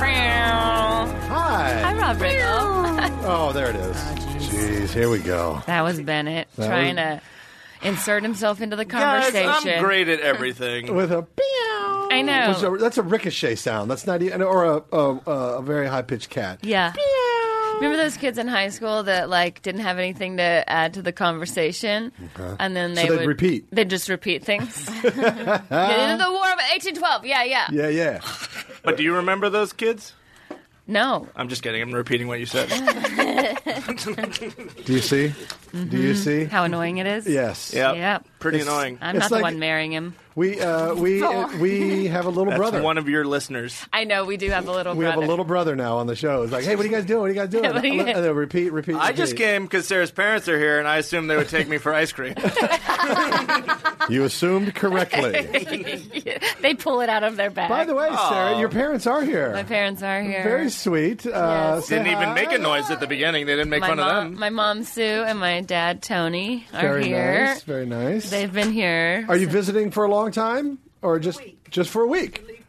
That Hi. Hi, Ah, Rob Riggle. Oh, there it is. Jeez, here we go. that was Bennett That trying was- to insert himself into the Guys, conversation. I'm great at everything. With a meow. I know. Which is a- that's a ricochet sound. That's not even, or a, a, a, a very high pitched cat. Yeah. Remember those kids in high school that like didn't have anything to add to the conversation, and then So they they'd would repeat. They'd just repeat things. Get into the war of eighteen twelve. Yeah, yeah. Yeah, yeah. But do you remember those kids? No, I'm just kidding. I'm repeating what you said. Do you see? Do Mm-hmm. you see? how annoying it is. Yes. Yeah. Yep. Pretty It's- annoying. I'm It's not the like- one marrying him. We uh, we uh, we have a little That's brother. one of your listeners. I know we do have a little. we have brother. a little brother now on the show. It's like, hey, what are you guys doing? What are you guys doing? Yeah, what are you And guys- they'll repeat, repeat. I just repeat. came because Sarah's parents are here, and I assumed they would take me for ice cream. You assumed correctly. They pull it out of their bag. By the way, Sarah, your parents are here. my parents are here. Very sweet. Uh, Yes. say Didn't even hi. make a noise at the beginning. They didn't make my fun mom, of them. my mom Sue, and my dad Tony are Very here. nice. Very nice. They've been here. Are you visiting for a long time, or just just for a week?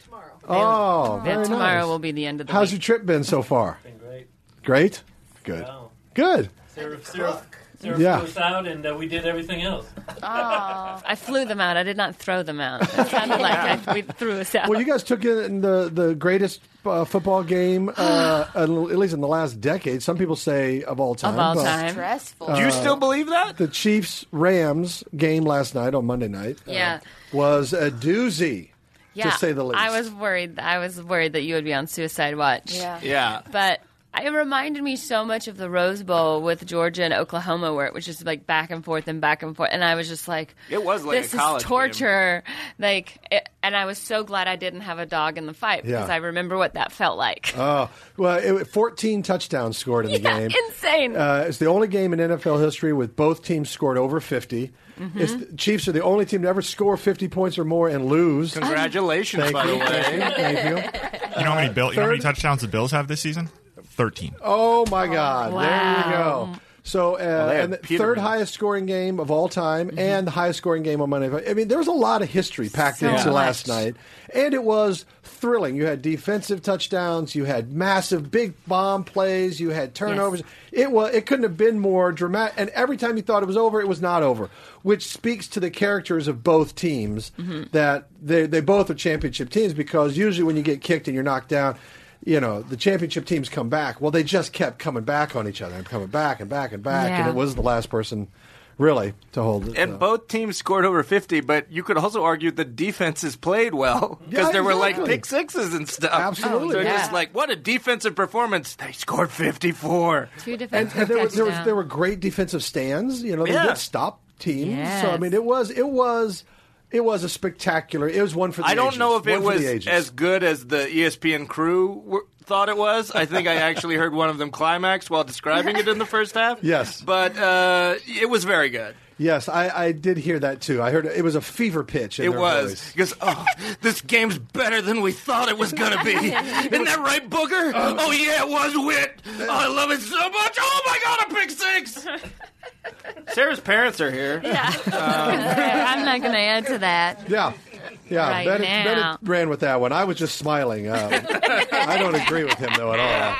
Oh, Yeah, very tomorrow nice. will be the end of the How's your week. trip been so far? Great. Great. Good. Good. Sarah, Sarah, Sarah Yeah. flew us out, and uh, we did everything else. I flew them out. I did not throw them out. It sounded like I, we threw us out. Well, you guys took in the the greatest uh, football game, uh, at least in the last decade. Some people say of all time. of all but time. Stressful. do you still believe that? The Chiefs Rams game last night on Monday night. uh, Yeah. was a doozy. yeah. say the least. I was worried. I was worried that you would be on suicide watch. Yeah. Yeah. But it reminded me so much of the Rose Bowl with Georgia and Oklahoma, where it was just like back and forth and back and forth. And I was just like, It was like a this college is game. torture. Like, it, and I was so glad I didn't have a dog in the fight because Yeah. I remember what that felt like. Oh, well, it, 14 touchdowns scored in the yeah, game. insane. Uh, it's the only game in NFL history with both teams scored over 50. Mm-hmm. It's the Chiefs are the only team to ever score 50 points or more and lose. Congratulations, Thank by you. the way. Thank you. You know how many Bill, you know how many third- touchdowns the Bills have this season? Thirteen. Oh, my God. There you wow. go. So, uh, they had and the Peterman. third highest scoring game of all time Mm-hmm. and the highest scoring game on Monday. Night. I mean, there was a lot of history packed So into much. last night, and it was thrilling. You had defensive touchdowns, you had massive big bomb plays, you had turnovers. It was it couldn't have been more dramatic. And every time you thought it was over, it was not over, which speaks to the characters of both teams that they they both are championship teams because usually when you get kicked and you're knocked down. You know the championship teams come back. Well, they just kept coming back on each other and coming back and back and back, and Yeah. it was the last person really to hold it. uh, And both teams scored over 50, but you could also argue the defenses played well because Yeah, there were like exactly. pick sixes and stuff. Absolutely. So Oh, it's yeah. just like, what a defensive performance. They scored 54. Two and, defensive and there, was, there, was, touchdowns. there were great defensive stands. You know, they Yeah. did stop teams. So I Yes. mean, it was it was it was a spectacular. It was one for the I don't ages, know if one it for the was ages. as good as the E ESPN crew were, thought it was. I think I actually heard one of them climax while describing it in the first half. Yes. But uh, it was very good. Yes, I, I did hear that too. I heard it was a fever pitch. In It their was. voice. Because, oh, this game's better than we thought it was going to be. Isn't that right, Booger? Uh, oh, yeah, it was, Wit. Oh, I love it so much. Oh, my God, a pick six. Sarah's parents are here. Uh, I'm not going to add to that. Yeah. Yeah, Right Bennett, now. Bennett ran with that one. I was just smiling. Uh, I don't agree with him though at all.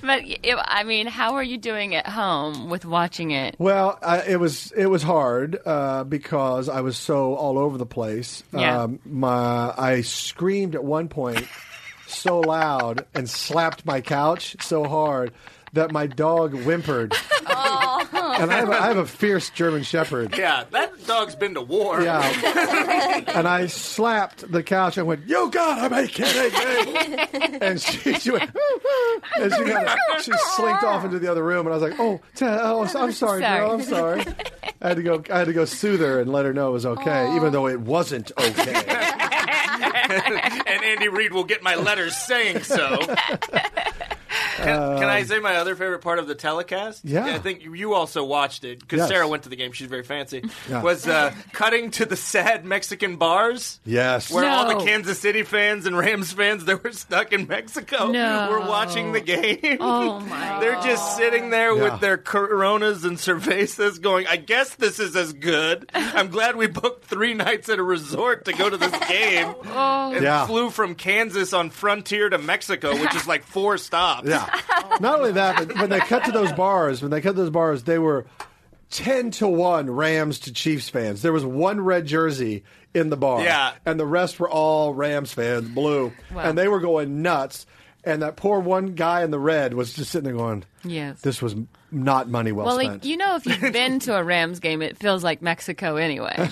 But it, I mean, how are you doing at home with watching it? Well, I, it was it was hard uh, because I was so all over the place. Um, Yeah. my I screamed at one point so loud Oh. and slapped my couch so hard that my dog whimpered and I have, a, I have a fierce German Shepherd. Yeah, that dog's been to war. Yeah. and I slapped the couch and went, "You gotta be kidding me!" and she, she went, and she got she slinked off into the other room, and I was like, "Oh, t- oh I'm so- I'm sorry, Sorry. girl, I'm sorry." I had to go. I had to go soothe her and let her know it was okay, even though it wasn't okay. and Andy Reid will get my letters saying so. Can, can I say my other favorite part of the telecast? Um, Yeah. I think you- you also watched it because Yes. Sarah went to the game. She's very fancy. Yeah. Was uh, cutting to the sad Mexican bars yes. where all the No. Kansas City fans and Rams fans that were stuck in Mexico No. were watching the game. Oh my! They're just sitting there Yeah. with their coronas and cervezas going, I guess this is as good. I'm glad we booked three nights at a resort to go to this game. Oh, and Yeah. flew from Kansas on Frontier to Mexico, which is like four stops. Yeah. Not only that, but when they cut to those bars, when they cut to those bars, they were ten to one Rams to Chiefs fans. There was one red jersey in the bar, Yeah. and the rest were all Rams fans, blue, Wow. and they were going nuts. And that poor one guy in the red was just sitting there going, Yes. this was m- not money well, Well, spent." like, you know, if you've been to a Rams game, it feels like Mexico anyway.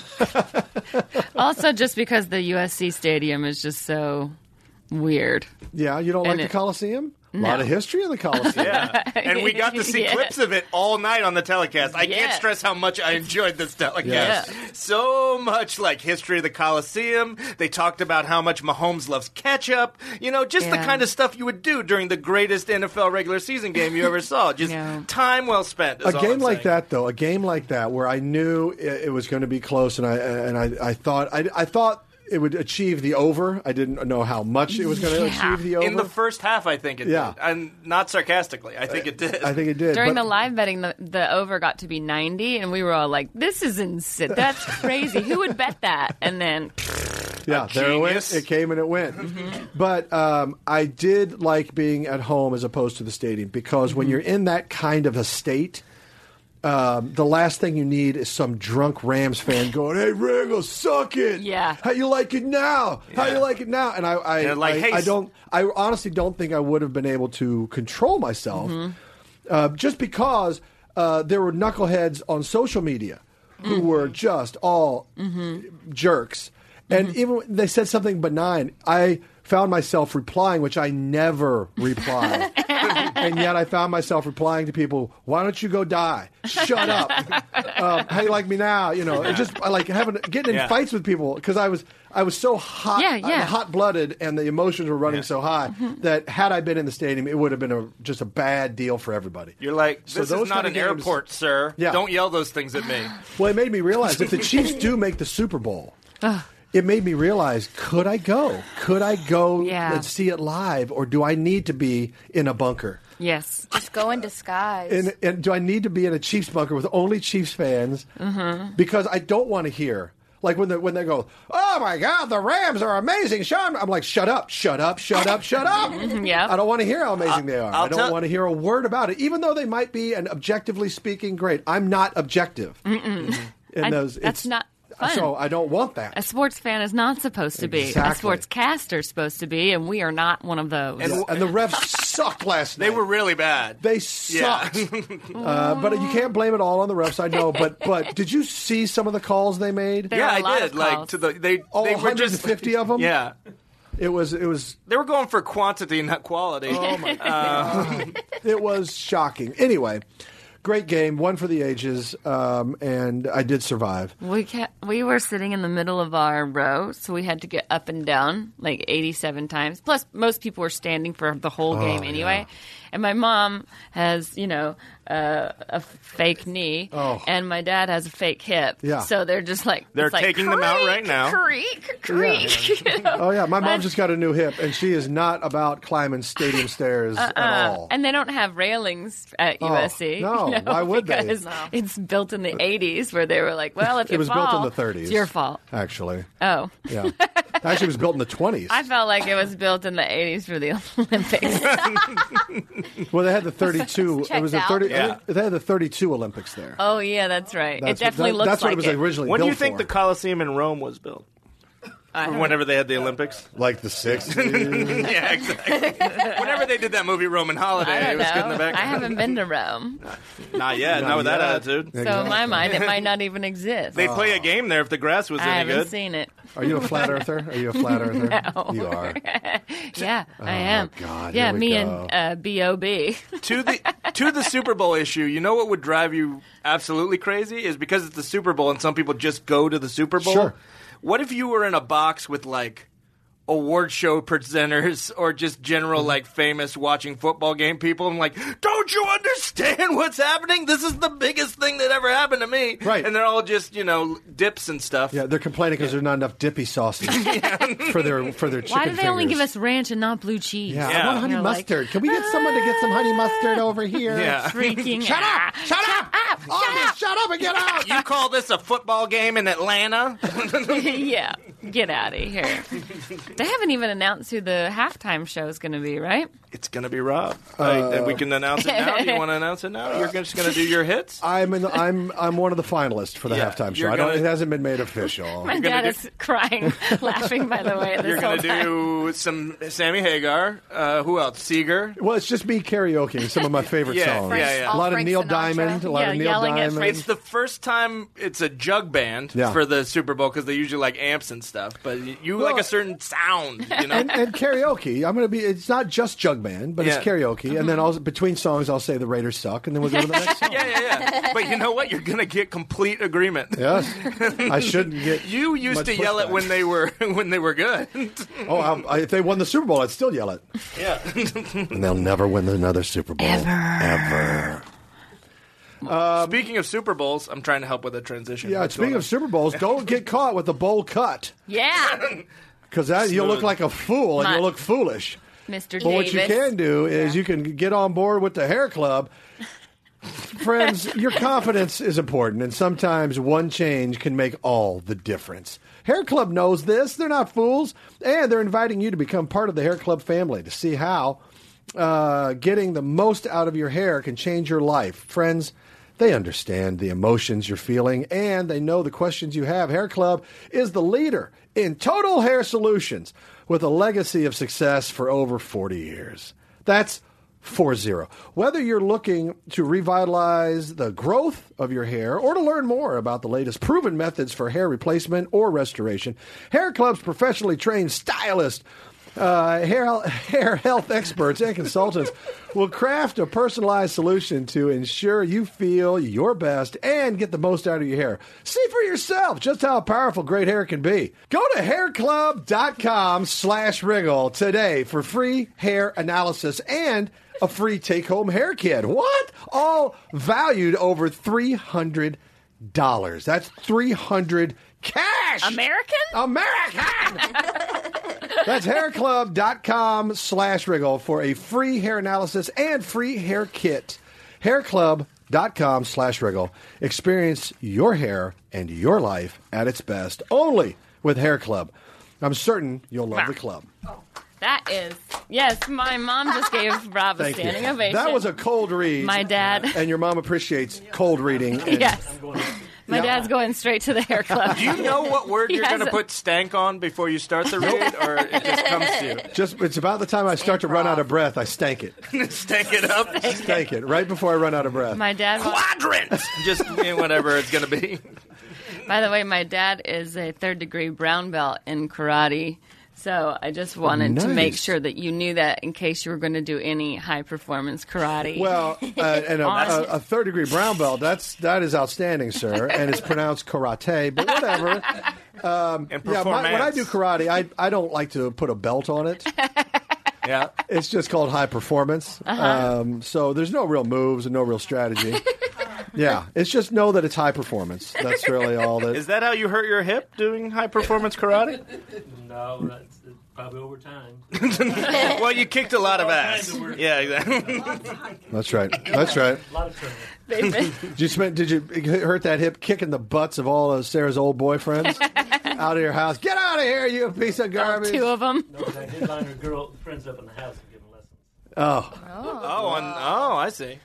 also, just because the USC stadium is just so weird. yeah, you don't like and the it- Coliseum? A lot of history in the Coliseum. Yeah. And we got to see Yeah. clips of it all night on the telecast. I can't Yeah. stress how much I enjoyed this telecast. Yes. Yeah. So much like history of the Coliseum. They talked about how much Mahomes loves ketchup. You know, just the Yeah. kind of stuff you would do during the greatest NFL regular season game you ever saw. Just Yeah. time well spent. is a all game I'm like saying. that though a game like that where i knew it, it was going to be close and i and i, I thought I, I thought it would achieve the over i didn't know how much it was going to Yeah. achieve the over In the first half, I think it Yeah. did. And not sarcastically, I think it did. i think it did During but- the live betting, the, the over got to be 90, and we were all like, this is insane. That's crazy. Who would bet that? And then, yeah there it went genius. Mm-hmm. it came and it went but um, i did like being at home as opposed to the stadium because Mm-hmm. when you're in that kind of a state um, the last thing you need is some drunk Rams fan going, "Hey, Riggle, suck it! Yeah. how you like it now? How you like it now?" And I, I, They're like, I, "Hey, I don't, I honestly don't think I would have been able to control myself, Mm-hmm. uh, just because uh, there were knuckleheads on social media who Mm-hmm. were just all jerks, and Mm-hmm. even when they said something benign. I found myself replying, which I never reply, and yet I found myself replying to people. Why don't you go die? Shut up. um, how you like me now? You know, it just I like having getting in Yeah. fights with people because I was I was so hot, Yeah, yeah. Mm-hmm. hot blooded, and the emotions were running so high that had I been in the stadium, it would have been a just a bad deal for everybody. You're like, So this those is not kinda an games- airport, sir. Yeah. Don't yell those things at me. Well, it made me realize if the Chiefs do make the Super Bowl, it made me realize could I go? Could I go Yeah. and see it live, or do I need to be in a bunker? yes. Just go in disguise. And, and do I need to be in a Chiefs bunker with only Chiefs fans? Because I don't want to hear. Like when they, when they go, oh my God, the Rams are amazing, Sean. I'm like, shut up, shut up, shut up, shut up. Yeah. I don't want to hear how amazing they are. I'll I do not tell- want to hear a word about it, even though they might be, and objectively speaking, great. I'm not objective. In I- those, that's it's- not fun. So I don't want that. A sports fan is not supposed to be. A Exactly. sports caster is supposed to be, and we are not one of those. and, and the refs sucked last night. They were really bad. They sucked. uh, but you can't blame it all on the refs. I know. But but did you see some of the calls they made? There yeah, were a I lot did. of Like calls. to the they All they were just 150 of them? Yeah, It was it was they were going for quantity, not quality. Oh my it was shocking. Anyway, great game, one for the ages, um, and I did survive. We ca we were sitting in the middle of our row, so we had to get up and down like 87 times. Plus, most people were standing for the Oh, whole game anyway. And my mom has, you know, uh, a fake knee, Oh. and my dad has a fake hip. Yeah. So they're just like They're it's like, taking them out "Creak, right now." Creak, creak. you know? Oh yeah, my mom But- just got a new hip, and she is not about climbing stadium stairs at all. Uh-uh. Oh, And they don't have railings at USC. no. you know, Why would they? because It's built in the 80s, where they were like, "Well, if it you was fall, built in the 30s. it's your fault." actually. Oh. Yeah, actually, it was built in the 20s. I felt like it was built in the 80s for the Olympics. well, they had the 32. it Checked was the out. 30. Yeah. They had the 32 Olympics there. oh, yeah, that's right. That's it definitely what, that- looks That's like what it was originally when do built you think for. the Colosseum in Rome was built? From Oh. whenever they had the Olympics. Like the sixth. yeah, exactly. whenever they did that movie Roman I Holiday, it don't was good in know. the I back. haven't been to Rome, Not yet. Not, with that attitude. so in my mind, it might not even exist. They play a game there if the grass was I any haven't good. seen it. Are you a flat earther? Are you a flat earther? No. you are. Yeah, Oh, I am. God, yeah, here we me go. and uh, B.O.B. to the to the Super Bowl issue, you know what would drive you absolutely crazy is because it's the Super Bowl and some people just go to the Super Bowl. Sure. What if you were in a box with like award show presenters or just Mm-hmm. general like famous watching football game people and like, don't you understand what's happening? This is the biggest thing that ever happened to me. Right. And they're all just you know dips and stuff. Yeah, they're complaining because there's not enough dippy sauces for their for their chicken. Why do they only fingers. give us ranch and not blue cheese? Yeah, Yeah. I want honey You're like, mustard. Can we get someone to get some honey mustard over here? Yeah. Freaking ah. Shut up! out. Shut up! up! Oh, Shut man, up! shut up and get out! You call this a football game in Atlanta? yeah, get out of here. they haven't even announced who the halftime show is going to be, right? It's gonna be Rob. Uh, Like, we can announce it now. Do you want to announce it now? You're just gonna do your hits. I'm in the, I'm I'm one of the finalists for the Yeah, halftime show. you're I don't. gonna- It hasn't been made official. My gonna dad do- is crying, laughing. By the way, this You're whole gonna time. do some Sammy Hagar. Uh, who else? Seeger. Well, it's just me karaokeing some of my favorite Yeah, songs. yeah, yeah. A lot of Frank Neil Sinatra. Diamond. A lot Yeah, of Neil yelling at Diamond. Frank It's the first time it's a jug band Yeah. for the Super Bowl because they usually like amps and stuff. But y- you Well- like a certain sound, you know. and, and karaoke. I'm going to be. It's not just jug band, but Yeah. it's karaoke. And then I'll, between songs, I'll say the Raiders suck, and then we'll go to the next song. yeah, yeah, yeah. But you know what? You're gonna get complete agreement. Yes, I shouldn't get. You used much to yell it pushback. when they were when they were good. Oh, I, I, if they won the Super Bowl, I'd still yell it. Yeah. And they'll never win another Super Bowl ever. speaking of Super Bowls, I'm trying to help with a transition. Yeah. What's Speaking going of Super Bowls, don't get caught with a bowl cut Yeah, because you'll look Smooth. like a fool and My- you'll look foolish. But Mr. Davis. what you can do is you can get on board with the hair club. Friends, your confidence is important, and sometimes one change can make all the difference. Hair Club knows this. They're not fools, and they're inviting you to become part of the Hair Club family to see how uh, getting the most out of your hair can change your life. Friends, they understand the emotions you're feeling and they know the questions you have. Hair Club is the leader in total hair solutions with a legacy of success for over 40 years. That's 4-0. Whether you're looking to revitalize the growth of your hair or to learn more about the latest proven methods for hair replacement or restoration, Hair Club's professionally trained stylist uh, hair, hair health experts and consultants will craft a personalized solution to ensure you feel your best and get the most out of your hair. See for yourself just how powerful great hair can be. Go to hairclub.com slash wriggle today for free hair analysis and a free take-home hair kit. What? All valued over $300. That's 300 cash. American. American! That's hairclub.com slash wriggle for a free hair analysis and free hair kit. Hairclub.com slash wriggle. Experience your hair and your life at its best only with Hair Club. I'm certain you'll love the club. That is yes. My mom just gave Rob a Thank you. standing ovation. That was a cold read. my dad. And your mom appreciates cold reading. And Yes, my dad's going straight to the hair club. Do you know what word He you're going to hasn't. put stank on before you start the read, or it just comes to you? Just it's about the time I start to run out of breath, I stank it. Stank it up. Stank it. Right before I run out of breath. my dad. wa- Quadrant. Just eh, whatever it's going to be. By the way, my dad is a third degree brown belt in karate. So I just wanted to make Nice. sure that you knew that in case you were going to do any high performance karate. Well, uh, and a, a, a third degree brown belt, that's, that is outstanding, sir. And it's pronounced karate, but whatever. And Yeah, performance. my, when I do karate, I, I don't like to put a belt on it. yeah. It's just called high performance. Um, so there's no real moves and no real strategy. yeah, it's just know that it's high performance. That's really all that. Is that how you hurt your hip doing high performance karate? No, that's it's probably over time. well, you kicked a lot of ass. kinds of work. Yeah, exactly. That's right. That's right. A lot of training. They've been- Did you, spend, did you hurt that hip kicking the butts of all of Sarah's old boyfriends out of your house? Get out of here, you piece of garbage. two of them. No, but I did line her girl friends up in the house and give them lessons. Oh, and, oh, I see.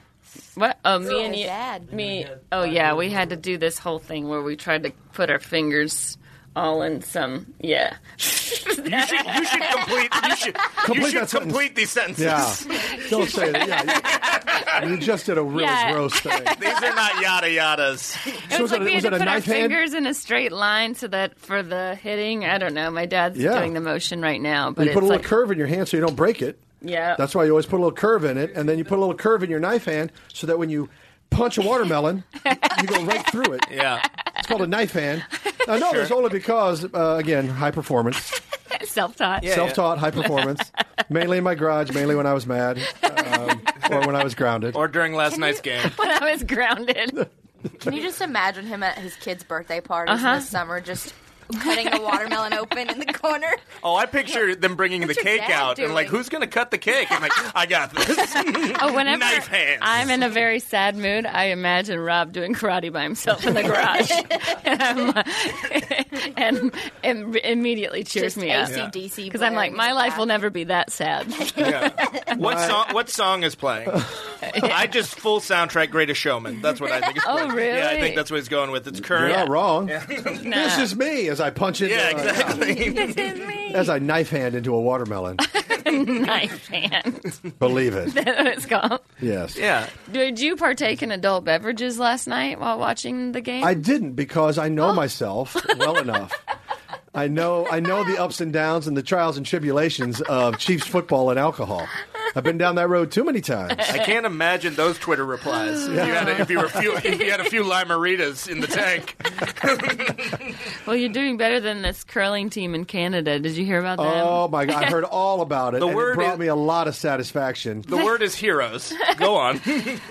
What? Oh, me and Your you. dad. Me. Oh yeah, we had to do this whole thing where we tried to put our fingers all in some. Yeah. You should, you should complete. You should Complete you should that sentence. complete these sentences. Yeah. Don't say that. Yeah. You, you just did a real Yeah. gross thing. These are not yada yadas. It was was that like a- we was that a had to put our knife hand? fingers in a straight line so that for the hitting, I don't know. My dad's Yeah. doing the motion right now, but You it's put a little like, curve in your hand so you don't break it. yeah, That's why you always put a little curve in it, and then you put a little curve in your knife hand so that when you punch a watermelon, you go right through it. Yeah. It's called a knife hand. I know this only because, uh, again, high performance. self-taught. Yeah. Self-taught, high performance, mainly in my garage, mainly when I was mad um, or when I was grounded. Or during last night's game. When I was grounded, Can you just imagine him at his kids' birthday parties Uh-huh. in the summer, just cutting a watermelon open in the corner? Oh, I picture them bringing the your cake dad out and like, doing? who's gonna cut the cake? I'm like, I got this. oh, whenever Knife hands. I'm in a very sad mood, I imagine Rob doing karate by himself in the garage, and, I'm, and, and immediately cheers Just me up ACDC. because I'm like, my life will never be that sad. Yeah. What song? What song is playing? I just full soundtrack Greatest Showman. That's what I think. Is Oh, playing. Yeah, I really? think that's what he's going with. It's You're current. not wrong. Nah. This is me as I punch it. uh, Yeah, exactly. As I knife hand into a watermelon. knife hand. Believe it. it's called. Yes. yeah. Did you partake in adult beverages last night while watching the game? I didn't because I know myself well enough. I know I know the ups and downs and the trials and tribulations of Chiefs football and alcohol. I've been down that road too many times. I can't imagine those Twitter replies. If, you had a, if you were few, if you had a few limaritas in the tank, Well, you're doing better than this curling team in Canada. Did you hear about them? Oh my god, I heard all about it. The and word it brought is- me a lot of satisfaction. the word is heroes. Go on.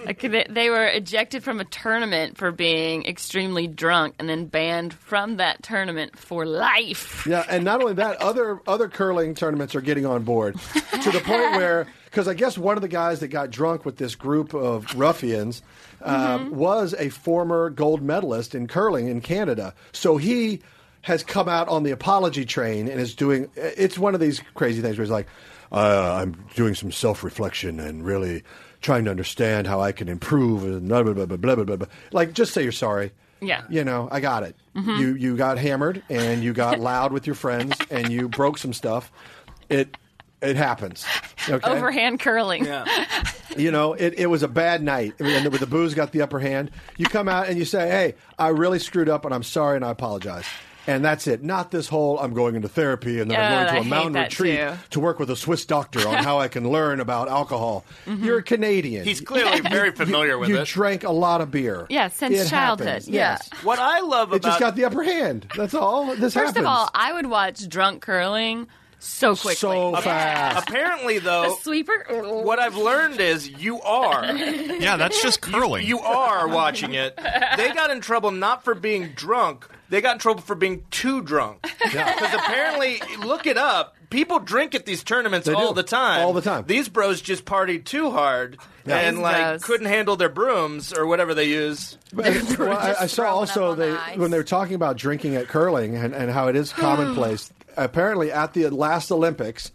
Like, they, they were ejected from a tournament for being extremely drunk and then banned from that tournament for life. Yeah, and not only that, other other curling tournaments are getting on board to the point where because I guess one of the guys that got drunk with this group of ruffians um, was a former gold medalist in curling in Canada, so he has come out on the apology train and is doing. It's one of these crazy things where he's like, uh, "I'm doing some self reflection and really." Trying to understand how I can improve and blah blah blah blah blah blah. blah. Like, just say you're sorry Yeah. you know, I got it. Mm-hmm. You you got hammered and you got loud with your friends and you broke some stuff. It it happens. Okay. Overhand curling. You know, it, it was a bad night. I mean, and the, the booze got the upper hand. You come out and you say, "Hey, I really screwed up and I'm sorry and I apologize." And that's it. Not this whole I'm going into therapy and then I'm Yeah, Oh, I going to hate a mountain that retreat too. to work with a Swiss doctor on how I can learn about alcohol. Mm-hmm. You're a Canadian. He's clearly very familiar with you it. drank a lot of beer. Yeah, since It childhood. happens. Yeah. Yes. What I love It just about got the upper hand. That's all. This First happens. of all, I would watch drunk curling so Oh. quickly. so fast. apparently the though, sweeper. what I've learned is you are Yeah, that's just curling. You are watching it. They got in trouble not for being drunk. They got in trouble for being too drunk. Because apparently, look it up. People drink at these tournaments They do. all the time. All the time. These bros just partied too hard and These like bros. couldn't handle their brooms or whatever they use. But- well, I, I just saw throwing up also on the they ice. when they were talking about drinking at curling and, and how it is commonplace. apparently, at the last Olympics,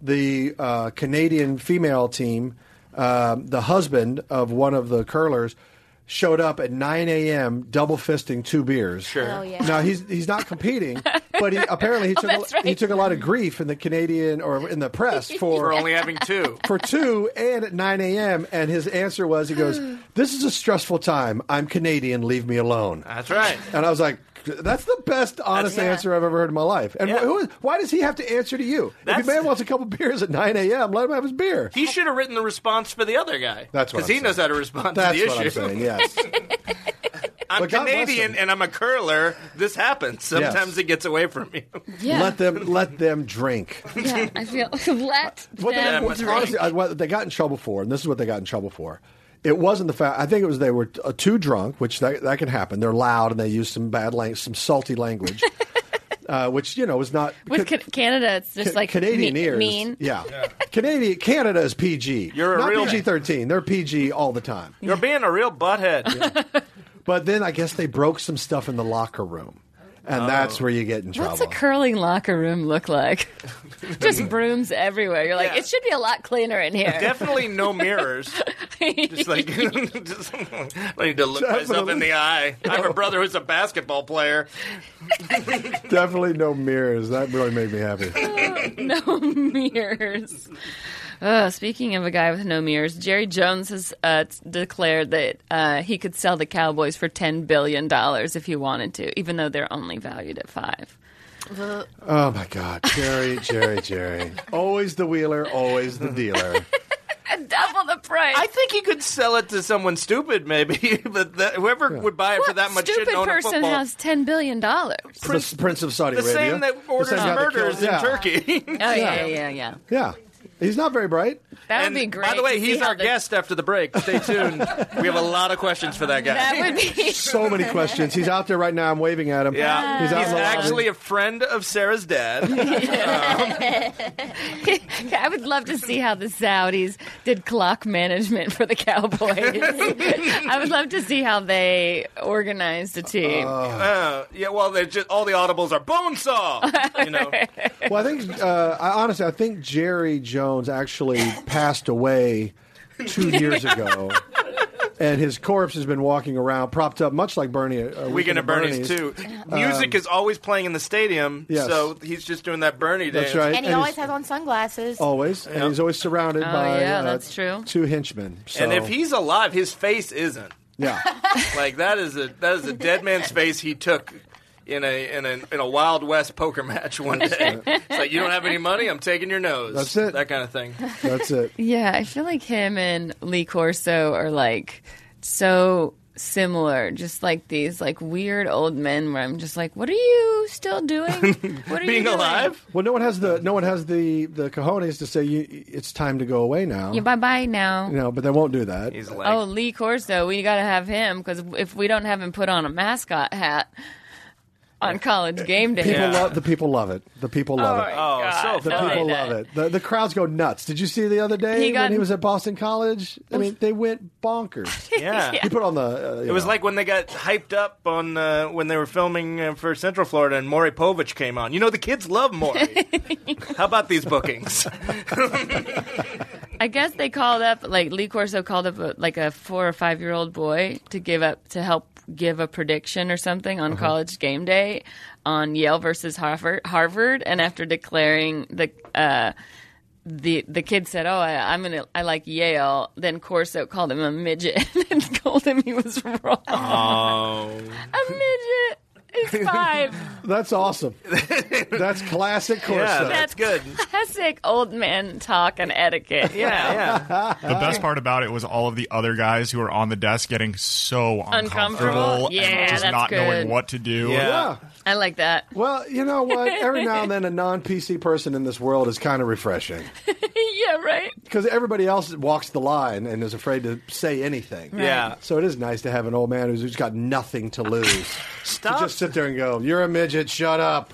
the uh, Canadian female team, um, the husband of one of the curlers, showed up at 9 a.m. double fisting two beers. Sure. Oh, yeah. Now he's he's not competing, but he apparently he took Oh, that's a, he right. took a lot of grief in the Canadian or in the press For only having two. for two and at 9 a.m. And his answer was, he goes, This is a stressful time. I'm Canadian. Leave me alone. That's right. And I was like, That's the best, honest That's- answer I've ever heard in my life. And Yeah. wh- who is, why does he have to answer to you? That's- if a man wants a couple beers at 9 a.m., let him have his beer. He should have written the response for the other guy. That's what because I'm he knows how saying. to respond That's to the what issue. I'm saying, yes. I'm But God bless Canadian him. and I'm a curler. This happens. Yes. Sometimes it gets away from you. Yeah. Let them let them drink. yeah, I feel. Let What they, them what- drink. honestly, I, Uh, what they got in trouble for, and this is what they got in trouble for. It wasn't the fact. I think it was they were uh, too drunk, which that, that can happen. They're loud and they use some bad language, some salty language, uh, which you know is not With Ca- Canada, it's just Ca- like Canadian me- ears. Mean. Yeah. Canadian Canada is PG. You're a not real- PG thirteen. They're PG all the time. You're being a real butthead. But then I guess they broke some stuff in the locker room. and Oh. that's where you get in trouble. What's a curling locker room look like? Just brooms everywhere. You're like, Yeah. it should be a lot cleaner in here. Definitely no mirrors. Just like, just, I need to look myself in the eye. I have a brother who's a basketball player. Definitely no mirrors. That really made me happy. no mirrors. Uh, speaking of a guy with no mirrors, Jerry Jones has uh, t- declared that uh, he could sell the Cowboys for ten billion dollars if he wanted to, even though they're only valued at five. Oh my God, Jerry, Jerry, Jerry. Always the wheeler, always the dealer. Double the price. I think he could sell it to someone stupid, maybe, but that, whoever would buy it for what that much stupid shouldn't own a person football. has ten billion dollars? The s- Prince of Saudi the Arabia. same that The orders same guy that murders killed- in yeah, Turkey. Oh yeah, yeah, yeah. Yeah, he's not very bright. That And would be great. By the way, to see he's how our the- guest after the break. Stay tuned. we have a lot of questions for that guy. That would be. So many questions. He's out there right now. I'm waving at him. yeah, he's he's, out in the lobby. actually a friend of Sarah's dad. I would love to see how the Saudis did clock management for the Cowboys. I would love to see how they organized a team. Uh, yeah, well, they're just all the audibles are bone saw. You know, Well, I think uh, I, honestly, I think Jerry Jones actually passed away two years ago, and his corpse has been walking around, propped up, much like Bernie. Uh, Weekend at Bernie's too. Music is always playing in the stadium, Um, yes. so he's just doing that Bernie dance. That's right. And he he's- always has on sunglasses. always, and he's always surrounded by yeah, uh, that's true. two henchmen. So, And if he's alive, his face isn't. yeah, Like that is a that is a dead man's face he took in a in a in a Wild West poker match one day. It's like you don't have any money, I'm taking your nose. That's it. That kind of thing. that's it. Yeah, I feel like him and Lee Corso are like so similar, just like these like weird old men where I'm just like, what are you still doing? What are you Being doing? alive, Well, no one has the no one has the the cojones to say you, it's time to go away now. Yeah, bye bye now. you know, but they won't do that. he's like, Oh, Lee Corso, we got to have him because if we don't have him put on a mascot hat on college game day, People Yeah. love the people love it. The people love it. oh, so The funny. people love it. The, the crowds go nuts. Did you see the other day He got- when he was at Boston College? I mean, they went bonkers. Yeah. He put on the. Uh, It was like when they got hyped up on uh, when they were filming uh, for Central Florida and Maury Povich came on. You know the kids love Maury. How about these bookings? I guess they called up like Lee Corso called up a, like a four or five year old boy to give up to help give a prediction or something Uh-huh. on college game day on Yale versus Harvard. Harvard, and after declaring the. Uh, the the kid said, "Oh, I, I'm gonna I like Yale." Then Corso called him a midget and told him he was wrong. oh, A midget is five. that's awesome. that's classic Corso. yeah, that's good. Classic old man talk and etiquette. Yeah, yeah. The best part about it was all of the other guys who were on the desk getting so uncomfortable, Uncomfortable? Yeah, and just that's not good. knowing what to do. Yeah. I like that. Well, you know what? Every now and then, a non PC person in this world is kind of refreshing yeah, right. because everybody else walks the line and is afraid to say anything. Yeah. So it is nice to have an old man who's, who's got nothing to lose. Stop. Just sit there and go, "You're a midget. Shut up."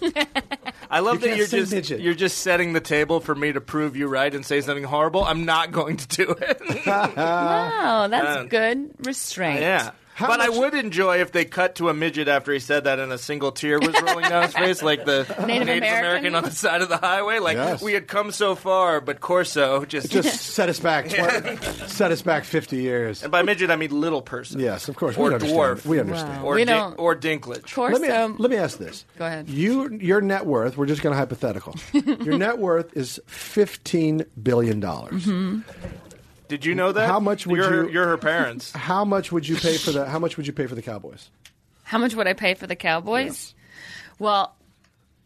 I love You that can't you're say just midget. you're just setting the table for me to prove you right and say something horrible. I'm not going to do it. Wow, that's uh, good restraint. yeah. How but I much- would enjoy if they cut to a midget after he said that and a single tear was rolling down his face, like the Native, American? on the side of the highway. Like, Yes. we had come so far, but Corso just. Just set us back. Tw- set us back fifty years. and by midget, I mean little person. Yes, of course. Or we understand. dwarf. We understand. Or, We Din- don't- or Dinklage. Corso. Let me let me ask this. Go ahead. You your net worth. We're just going to hypothetical. your net worth is fifteen billion dollars. Mm-hmm. Did you know that? How much would you're, her- you- You're her parents. How much would you pay for the? How much would you pay for the Cowboys? How much would I pay for the Cowboys? Well,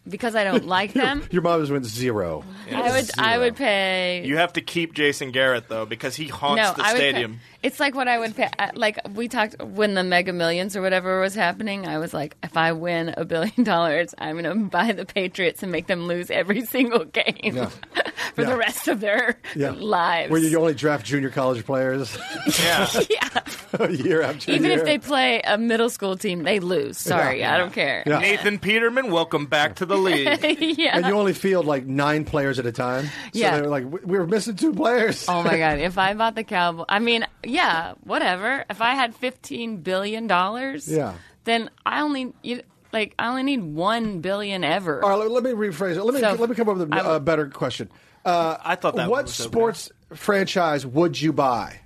because I don't like them, Your mom just went zero. I would I would pay. You have to keep Jason Garrett, though, because he haunts no, the I would. Pay, stadium. it's like what I would pay. I- Like we talked when the Mega Millions or whatever was happening. I was like, if I win a billion dollars, I'm going to buy the Patriots and make them lose every single game Yeah. for Yeah. the rest of their Yeah. lives. Where you only draft junior college players Yeah. yeah. year after Even year. if they play a middle school team, they lose. Sorry, I don't care. Yeah. Nathan Peterman, welcome back to the league. yeah. and you only field like nine players at a time. So Uh-huh. Yeah. they were like, "We- we were missing two players. Oh my god! If I bought the Cowboy, I mean, yeah, whatever. If I had fifteen billion dollars, Yeah. then I only you, Like I only need one billion ever. All right, let me rephrase it. Let me So- let me come up with a I- uh, better question. Uh, I thought that one what was over sports franchise would you buy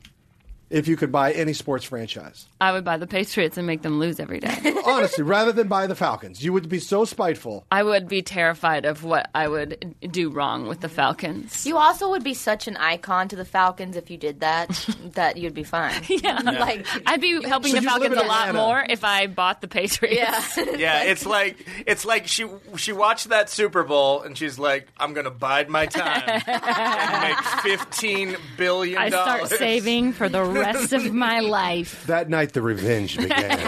if you could buy any sports franchise? I would buy the Patriots and make them lose every day. Honestly, rather than buy the Falcons, you would be so spiteful. I would be terrified of what I would do wrong with the Falcons. You also would be such an icon to the Falcons if you did that. that you'd be fine. Yeah, like I'd be helping So the you live Falcons in a lot Atlanta. more if I bought the Patriots. yeah. Yeah, it's like it's like she she watched that Super Bowl and she's like, I'm gonna bide my time and make fifteen billion I dollars. start saving for the rest of my life. That night, the revenge began.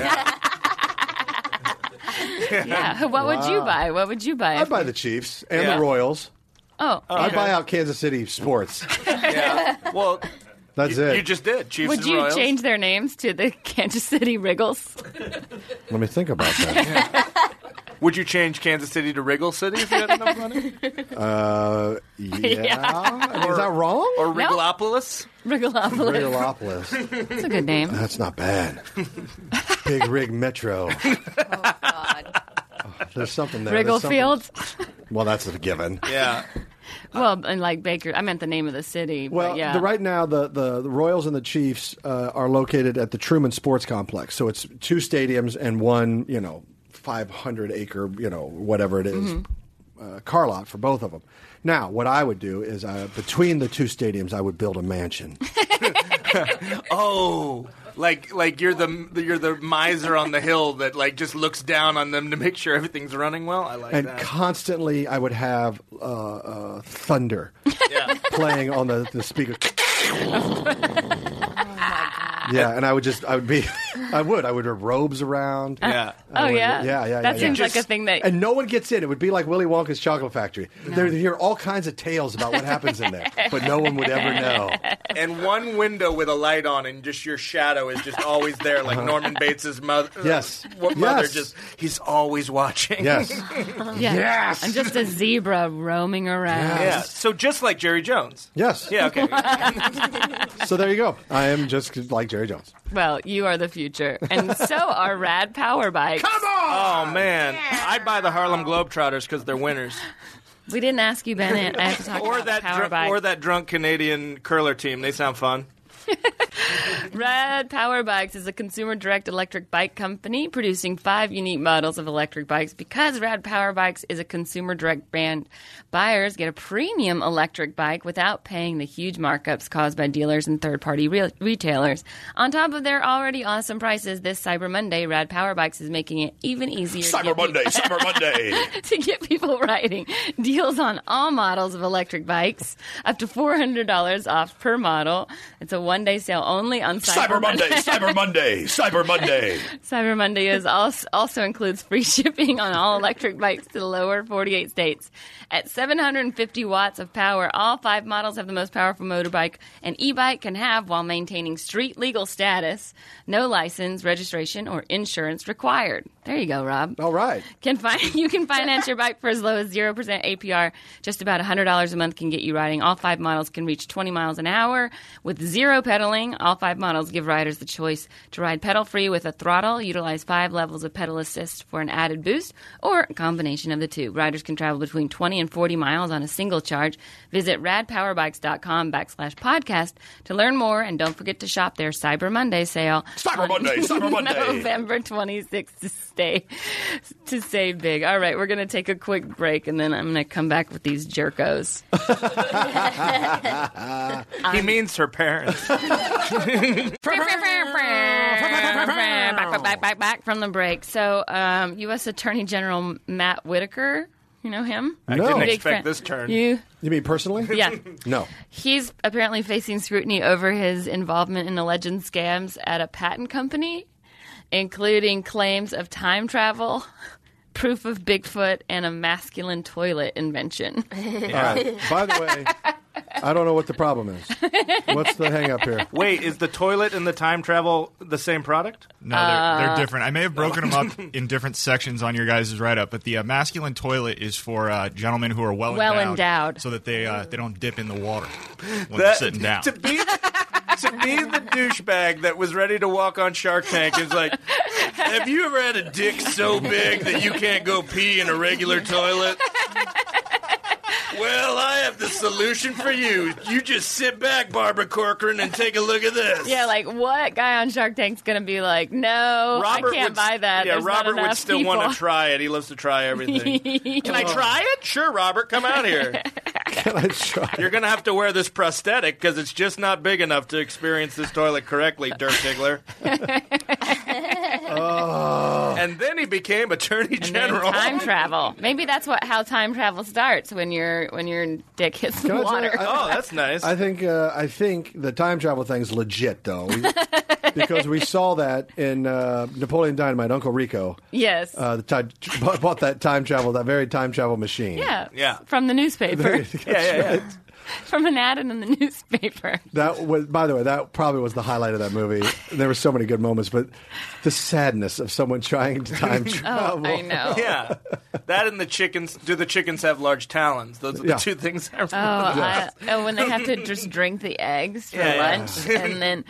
Yeah. What would you buy? What would you buy? I'd buy the Chiefs and Yeah. the Royals. oh, I'd buy out Kansas City sports. Yeah. Well, That's you, it. you just did. Chiefs would and you Royals. change their names to the Kansas City Wriggles? Let me think about that. Would you change Kansas City to Wriggle City if you had enough money? uh, yeah. Is that wrong? Or Wriggleopolis? Wriggleopolis. Radiolopolis. That's a good name. That's not bad. Big Rig Metro. Oh, God. There's something there. There's something- Wrigglefields. Well, that's a given. Yeah. Well, and like Baker, I meant the name of the city. Well, but yeah. the, right now the, the, the Royals and the Chiefs uh, are located at the Truman Sports Complex, so it's two stadiums and one, you know, five hundred acre, you know, whatever it is, uh, car lot for both of them. Now, what I would do is uh, between the two stadiums, I would build a mansion. Oh, like like you're the you're the miser on the hill that like just looks down on them to make sure everything's running well. I like and that. constantly I would have uh, uh, thunder yeah. playing on the, the speaker. Oh Yeah, and I would just, I would be, I would, I would have robes around. Yeah. Oh would- yeah. yeah, yeah, That yeah, seems yeah. like a thing that. And no one gets in. It would be like Willy Wonka's Chocolate Factory. They'd hear all kinds of tales about what happens in there, but no one would ever know. and one window with a light on, and just your shadow is just always there, like Norman Bates's mother. Uh-huh. Yes. what mother Yes. just he's always watching. Yes. yeah. I'm just a zebra roaming around. yeah. So just like Jerry Jones. Yes. Yeah. Okay. So there you go. I am just like Jerry Jones. Well, you are the future, and so are rad power bikes. oh man, I'd buy the Harlem Globetrotters because they're winners, We didn't ask you, Bennett. I have to talk or about that power drunk, bikes. or that drunk Canadian curler team. They sound fun. Red Power Bikes is a consumer direct electric bike company producing five unique models of electric bikes. Because Rad Power Bikes is a consumer direct brand, buyers get a premium electric bike without paying the huge markups caused by dealers and third party re- retailers. On top of their already awesome prices, this Cyber Monday, Rad Power Bikes is making it even easier to get people- Cyber Monday. to get people riding. Deals on all models of electric bikes, up to $400 off per model. It's a one day sale only on Cyber, Cyber Monday, Cyber Monday. Cyber Monday is also, also includes free shipping on all electric bikes to the lower 48 states. At 750 watts of power, all five models have the most powerful motorbike an e-bike can have while maintaining street legal status. No license, registration, or insurance required. There you go, Rob All right. can find you can finance your bike for as low as zero percent APR. Just about hundred dollars a month can get you riding. All five models can reach twenty miles an hour with zero pedaling. All five models give riders the choice to ride pedal free with a throttle, utilize five levels of pedal assist for an added boost, or a combination of the two. Riders can travel between twenty and forty miles on a single charge. Visit radpowerbikes.com backslash podcast to learn more and don't forget to shop their Cyber Monday sale. Cyber on Monday, Cyber Monday. November 26th to stay to stay big. All right, we're going to take a quick break and then I'm going to come back with these jerkos. he Um, means her parents. back, back, back, back, back from the break. So, um, U.S. Attorney General Matt Whitaker, you know him? I No. didn't Big expect fan. this turn. You, You mean personally? yeah. No. He's apparently facing scrutiny over his involvement in alleged scams at a patent company, including claims of time travel, proof of Bigfoot, and a masculine toilet invention. All right. By the way, I don't know what the problem is. What's the hang up here? Wait, is the toilet and the time travel the same product? No, they're, Uh, they're different. I may have broken them up in different sections on your guys' write up, but the uh, masculine toilet is for uh, gentlemen who are well, Well endowed, endowed. so that they uh, they don't dip in the water when they're That- sitting down. To be, to be the douchebag that was ready to walk on Shark Tank is like, Have you ever had a dick so big that you can't go pee in a regular toilet? Well, I have the solution for you. You just sit back, Barbara Corcoran, and take a look at this. Yeah, like what guy on Shark Tank's gonna be like, no, I can't would, buy that. Yeah, There's not Robert would enough still people. want to try it. He loves to try everything. Can I try it? Sure, Robert, come out here. Can I try? You're gonna have to wear this prosthetic because it's just not big enough to experience this toilet correctly, Dirk Diggler. Oh. And then he became Attorney And then General. time travel. Maybe that's what how time travel starts when your when your dick hits the Can I try- water. I- oh, that's nice. I think uh, I think the time travel thing's legit though, We- because we saw that in uh, Napoleon Dynamite. Uncle Rico yes. uh, the time, bought that time travel, that very time travel machine. yeah. Yeah. From the newspaper. yeah, yeah, yeah. from an ad in the newspaper. That was, by the way, that probably was the highlight of that movie. There were so many good moments, but the sadness of someone trying to time Oh, travel. I know. Yeah, that and the chickens. Do the chickens have large talons? Those are the Yeah. two things. I Oh, I, oh, when they have to just drink the eggs for Yeah, yeah. lunch, and then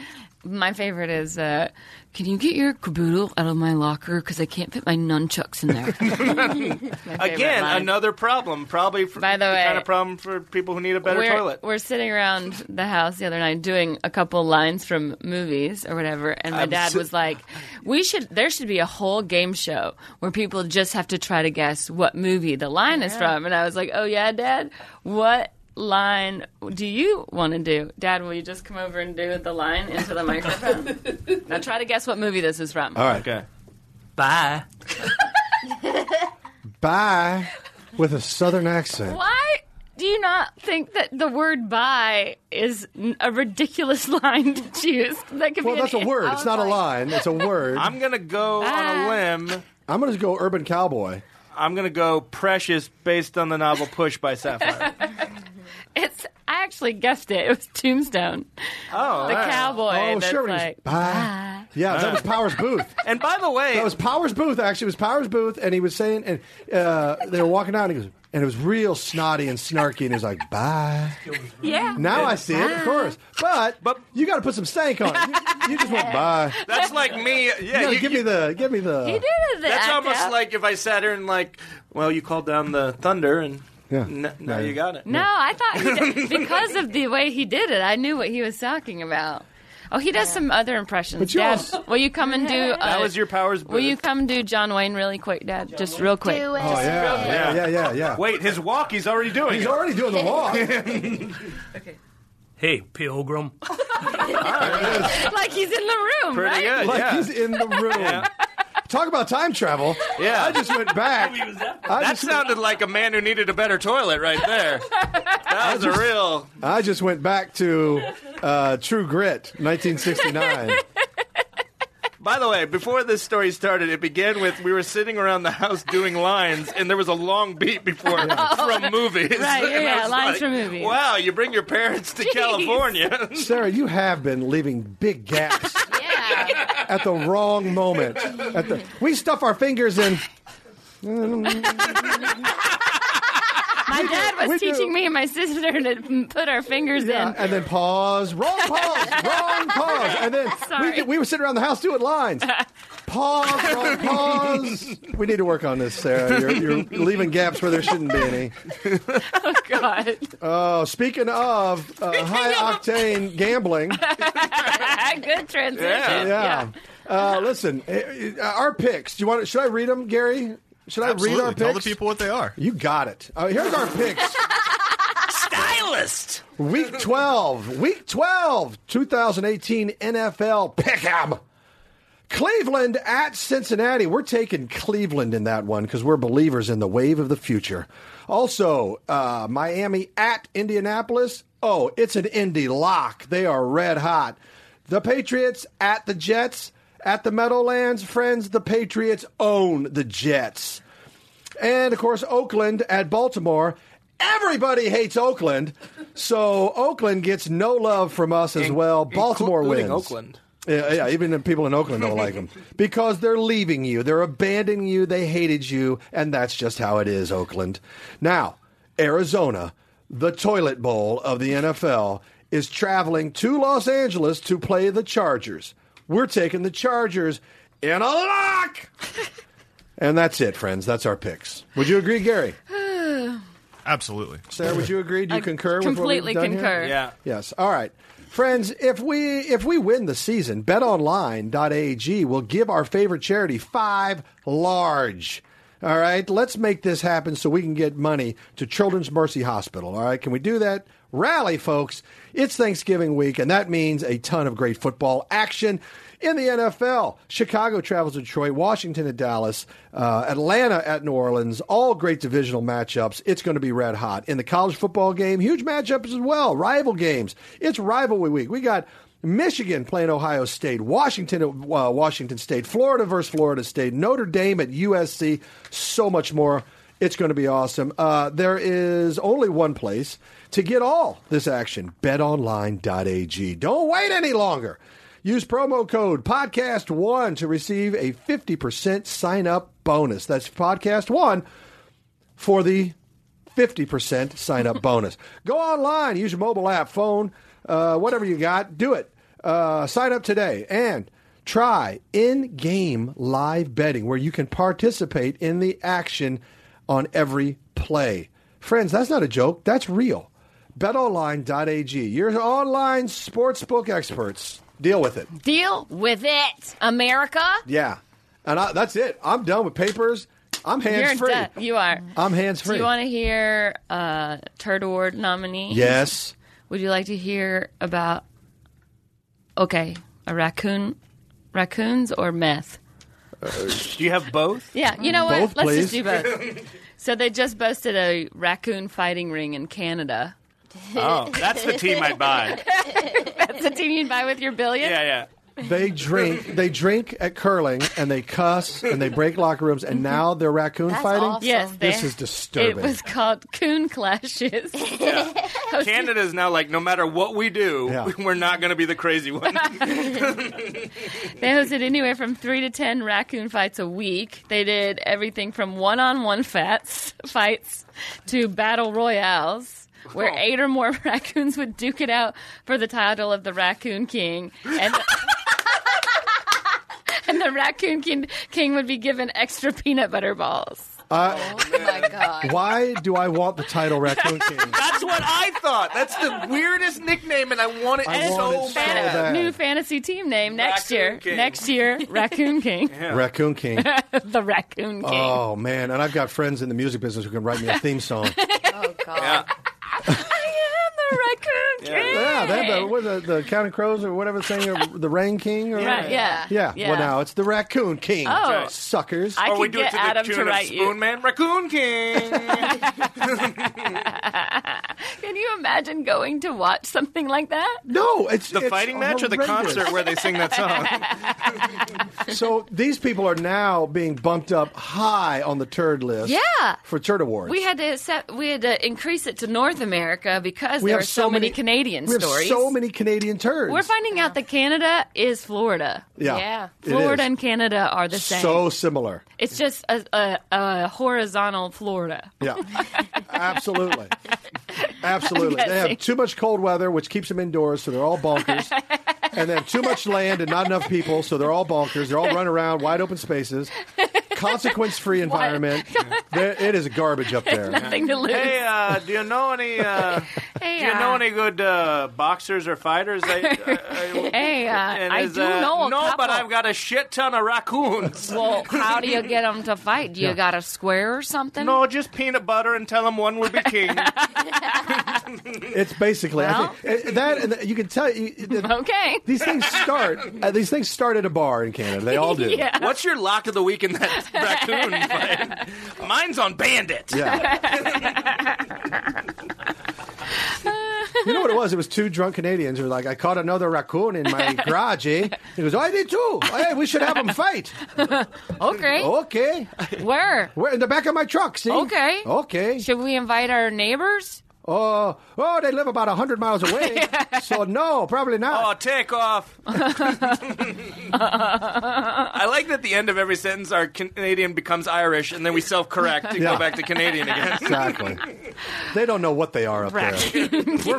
my favorite is, uh, can you get your caboodle out of my locker because I can't fit my nunchucks in there. My favorite Again, line. another problem. Probably for, By the way- kind of problem for people who need a better we're, toilet. We're sitting around the house the other night doing a couple lines from movies or whatever, and my I'm dad so- was like, "We should. There should be a whole game show where people just have to try to guess what movie the line is from." And I was like, "Oh yeah, Dad, what?" Line, do you want to do, Dad? Will you just come over and do the line into the microphone? now try to guess what movie this is from. All right, okay. Bye. bye. With a southern accent. Why do you not think that the word "bye" is n- a ridiculous line to choose? That could Well, be that's a an- word. It's not a line. It's a word. I'm, I'm gonna go Ah. on a limb. going to go urban cowboy. I'm gonna go Precious, based on the novel Push by Sapphire. It's I actually guessed it. It was Tombstone, Oh, the cowboy. oh, that's sure. when he was, Like, bye. Yeah, that was Powers Booth. and by the way, That was Powers Booth. Actually, it was Powers Booth, and he was saying, and uh, they were walking out, and he goes, and it was real snotty and snarky, and he was like, "Bye." yeah. Now I see it, of course, but But- you got to put some stank on it. You, you just went bye. that's like me. You Yeah, gotta you- give me the, give me the. He did it. that's act almost out. like if I sat here and like, well, you called down the thunder, and Yeah. n- Yeah. now you got it. No, I thought he did, because of the way he did it, I knew what he was talking about. Oh, he does some other impressions. But you Dad, also- will you come and do? Uh, That was your powers. Will you booth. come do John Wayne really quick, Dad? Just real quick. Do it. Oh yeah, yeah, yeah, yeah, yeah. Wait, his walk. He's already doing. He's it. already doing the walk. Hey, pilgrim. like he's in the room, Pretty right? good. Like yeah. he's in the room. Talk about time travel. Yeah. I just went back. I That just, sounded like a man who needed a better toilet right there. That was a real. I just went back to uh, True Grit, 1969. By the way, before this story started, it began with we were sitting around the house doing lines, and there was a long beat before from movies. Oh. Right, yeah, And I yeah, was lines from movies. Wow, you bring your parents to Jeez. California. Sarah, you have been leaving big gaps Yeah. at the wrong moment. At the, we stuff our fingers in. My dad we was do. teaching me and my sister to mm, put our fingers Yeah, in. uh, and then pause, wrong pause, wrong pause, and then we, Sorry. did- we were sitting around the house doing lines. Pause, wrong pause. We need to work on this, Sarah. You're, you're leaving gaps where there shouldn't be any. Oh God, Oh, speaking of uh, high octane gambling, good transition. Yeah. yeah. Uh, listen, eh, eh, our picks. Do you want? To, should I read them, Gary? Should I Absolutely. read our picks? Tell the people what they are. You got it. Uh, here's our picks. Stylist. Week 12, Week 12, 2018 NFL Pick'em. Cleveland at Cincinnati. We're taking Cleveland in that one because we're believers in the wave of the future. Also, uh, Miami at Indianapolis. Oh, it's an Indy lock. They are red hot. The Patriots at the Jets. At the Meadowlands, friends, the Patriots own the Jets. And of course, Oakland at Baltimore. Everybody hates Oakland, so Oakland gets no love from us as well. Baltimore including wins. Oakland. Yeah, yeah, even the people in Oakland don't like them because they're leaving you, they're abandoning you, they hated you, and that's just how it is, Oakland. Now, Arizona, the toilet bowl of the NFL, is traveling to Los Angeles to play the Chargers. We're taking the Chargers in a lock. and that's it, friends. That's our picks. Would you agree, Gary? Absolutely. Sarah, would you agree? Do you I concur? Completely with what we've done here? concur. Yeah. Yes. All right. Friends, if we if we win the season, betonline.ag will give our favorite charity 5 large. All right, let's make this happen so we can get money to Children's Mercy Hospital. All right, can we do that? Rally, folks. It's Thanksgiving week, and that means a ton of great football action in the NFL. Chicago travels to Detroit, Washington at Dallas, uh, Atlanta at New Orleans. All great divisional matchups. It's going to be red hot. In the college football game, huge matchups as well. Rival games. It's rivalry week. We got Michigan playing Ohio State, Washington at uh, Washington State, Florida versus Florida State, Notre Dame at USC. So much more. It's going to be awesome. Uh, there is only one place to get all this action betonline.ag. Don't wait any longer. Use promo code podcast1 to receive a 50% sign up bonus. That's podcast1 for the 50% sign up bonus. Go online, use your mobile app, phone, uh, whatever you got, do it. Uh, sign up today and try in game live betting where you can participate in the action on every play. Friends, that's not a joke, that's real. BetOnline.ag, your online sportsbook experts. Deal with it. Deal with it, America. Yeah. And I, that's it. I'm done with papers. I'm You're in hands free. debt. You are. I'm hands free. Do you want to hear uh, Turd Award nominee? Yes. Would you like to hear about okay, a raccoon, raccoons or meth? Do you have both? Yeah, you know what? Both, Let's please. just do both. so they just busted a raccoon fighting ring in Canada. Oh, that's the team I buy. That's the team you'd buy with your billion. Yeah, yeah. They drink. They drink at curling, and they cuss, and they break locker rooms, Mm-hmm. and now they're raccoon That's fighting. awesome. Yes, they- This is It disturbing. was called Coon Clashes. Oh, Canada is now like, no matter what we do, Yeah. we're not going to be the crazy one. They hosted anywhere from three to ten raccoon fights a week. They did everything from one-on-one fats fights to battle royales, where Oh. eight or more raccoons would duke it out for the title of the Raccoon King, and the, and the Raccoon King, King would be given extra peanut butter balls. Uh, Oh my god. why do I want the title Raccoon King? That's what I thought. That's the weirdest nickname, and I want it I so want it so bad. bad. New fantasy team name next Raccoon year. King. Next year, Raccoon King, Raccoon King. the Raccoon King. Oh man! And I've got friends in the music business who can write me a theme song. Oh Yeah. god. I am the Raccoon King. Yeah, they have the, what is it, the Counting Crows or whatever thing, or the Rain King, or Right, yeah. yeah. Well, now it's the Raccoon King. Oh. suckers! I Or we could do it get to the Adam tune to of write Spoon you. Man, Raccoon King. Can you imagine going to watch something like that? no, it's the it's fighting match or the horrendous. concert where they sing that song? So these people are now being bumped up high on the turd list. Yeah. For turd awards. We had to accept, we had to increase it to North America because We there have are so, many, Canadian we have stories. so many Canadian turds. We're finding out that Canada is Florida. Yeah. Yeah. it Florida is. and Canada are the same. so similar. it's just a, a, a horizontal Florida. Yeah. Absolutely. Absolutely. They have guessing. too much cold weather, which keps them indoors, so they're all bonkers. and then too much land and not enough people, so they're all bonkers. They're all running around, wide open spaces. Consequence free environment. There- it is garbage up there. Nothing to lose. hey, uh, do you know any? Uh, Hey, do you uh, know any good uh, boxers or fighters? I, I, I, Hey, uh, and I is, do uh, know a No, couple. but I've got a shit ton of raccoons. Well, how do you get them to fight? Do you got a square or something? no, just peanut butter and tell them one will be king. It's basically I Well. think, eh, that. and You can tell you, Okay. these things start. uh, these things start at a bar in Canada. They all do. Yeah. What's your lock of the week in that raccoon fight? Mine's on Bandit. Yeah. you know what it was? It was two drunk Canadians who were like, I caught another raccoon in my garage, eh? He goes, I did too. Hey, we should have them fight. Okay. Oh. Okay. Where? We're in the back of my truck, see? Okay. Okay. Should we invite our neighbors? Oh, oh, they live about 100 miles away. so, no, probably Oh, not. take off. I like that the end of every sentence, our Canadian becomes Irish, and then we self correct and Yeah. go back to Canadian again. Exactly. They don't know what they are up there. we're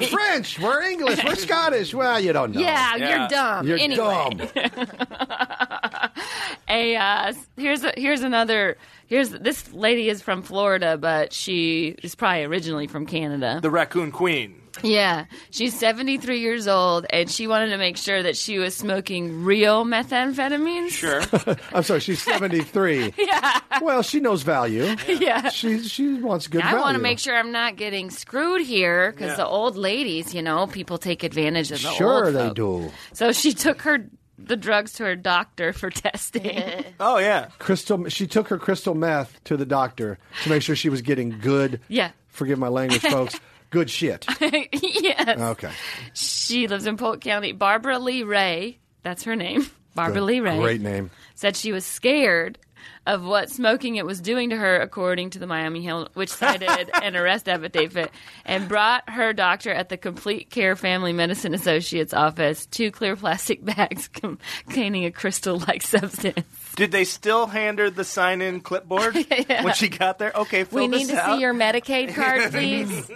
French. We're English. We're Scottish. Well, you don't know. Yeah, Yeah. you're dumb. You're anyway. dumb. a uh, here's a, here's another here's this lady is from Florida, but she is probably originally from Canada. The Raccoon Queen. Yeah, she's 73 years old, and she wanted to make sure that she was smoking real methamphetamines. Sure. I'm sorry, she's 73. yeah. Well, she knows value. Yeah. She she wants good value. I want to make sure I'm not getting screwed here because Yeah. the old ladies, you know, people take advantage of the Sure, old they folk. do. So she took her the drugs to her doctor for testing. Oh yeah. Crystal. She took her crystal meth to the doctor to make sure she was getting good. Yeah. Forgive my language, folks. Good shit. yes. Okay. She lives in Polk County. Barbara Lee Ray, that's her name. Barbara Lee Ray. Great name. said she was scared of what smoking it was doing to her, according to the Miami Herald, which cited an arrest affidavit and brought her doctor at the Complete Care Family Medicine Associates office two clear plastic bags com- containing a crystal like substance. Did they still hand her the sign-in clipboard when she got there? Okay, fill we this need to out. see your Medicaid card, please.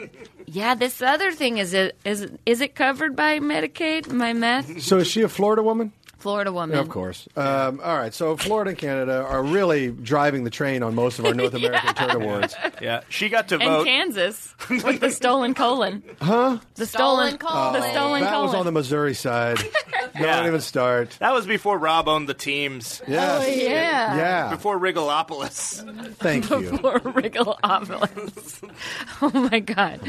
yeah, this other thing is it is it- is it covered by Medicaid? My meth, So is she a Florida woman? Florida woman. Of course. Um, all right. So Florida and Canada are really driving the train on most of our North American turn awards. Yeah, she got to And vote. Kansas with the stolen colon. Huh? The stolen, Stolen colon. The stolen that colon. was on the Missouri side. Don't even start. That was before Rob owned the teams. Yes. yeah. Yeah. Before Rigolopolis. Thank you. Or Wriggleopolis. oh my God.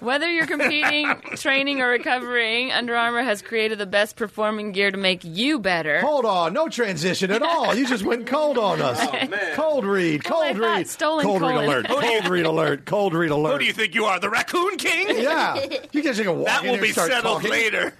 Whether you're competing, training, or recovering, Under Armour has created the best performing gear to make you better. Hold on, no transition at all. You just went cold on us. Oh, Cold read, Well, I cold thought read, Oh stolen cold read colon. alert, cold read alert, cold read alert. Who do you think you are, the Raccoon King? Yeah, you guys are gonna walk That in will here and be start settled talking. later.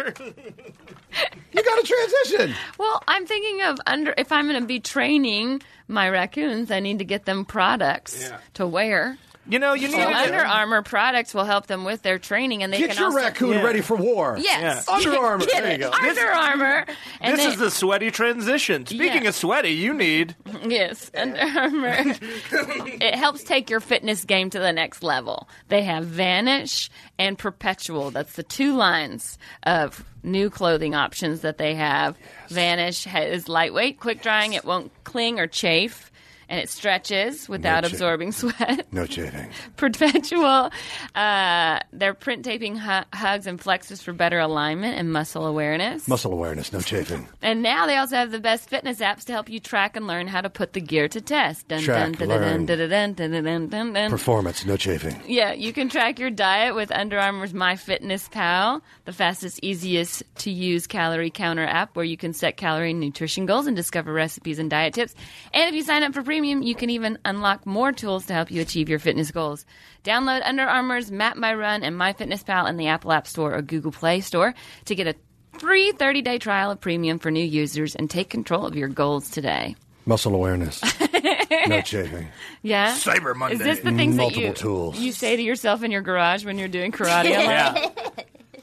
You got to transition. Well, I'm thinking of under if I'm going to be training my raccoons, I need to get them products Yeah. to wear. You know, you need So Under Armour products will help them with their training, and they Get can your also raccoon Yeah. ready for war. Yes, Yeah. Under Armour. Get There you it. go. Under Armour. And This is the sweaty transition. Speaking Yeah. of sweaty, you need Yes, Under Armour. it helps take your fitness game to the next level. They have Vanish and Perpetual. That's the two lines of new clothing options that they have. Vanish ha- is lightweight, quick drying, it won't cling or chafe. And it stretches without Gotcha. absorbing sweat. No cheating. Perpetual, uh, they're print taping hu- hugs and flexes for better alignment and muscle awareness. Muscle awareness, no chafing. And now they also have the best fitness apps to help you track and learn how to put the gear to test. Dun, Track, dun, learn. dun, dun, dun, dun, dun, dun, dun, dun, dun. Performance, no chafing. Yeah, you can track your diet with Under Armour's MyFitnessPal, the fastest, easiest to use calorie counter app where you can set calorie and nutrition goals and discover recipes and diet tips. And if you sign up for premium, you can even unlock more tools to help you achieve your fitness goals. Download Under Armour's Map My Run and MyFitnessPal in the Apple App Store or Google Play Store to get a free 30-day trial of premium for new users and take control of your goals today. Muscle awareness, no chafing. Yeah. Cyber Monday. Is this the things Multiple that you tools. you say to yourself in your garage when you're doing karate? yeah.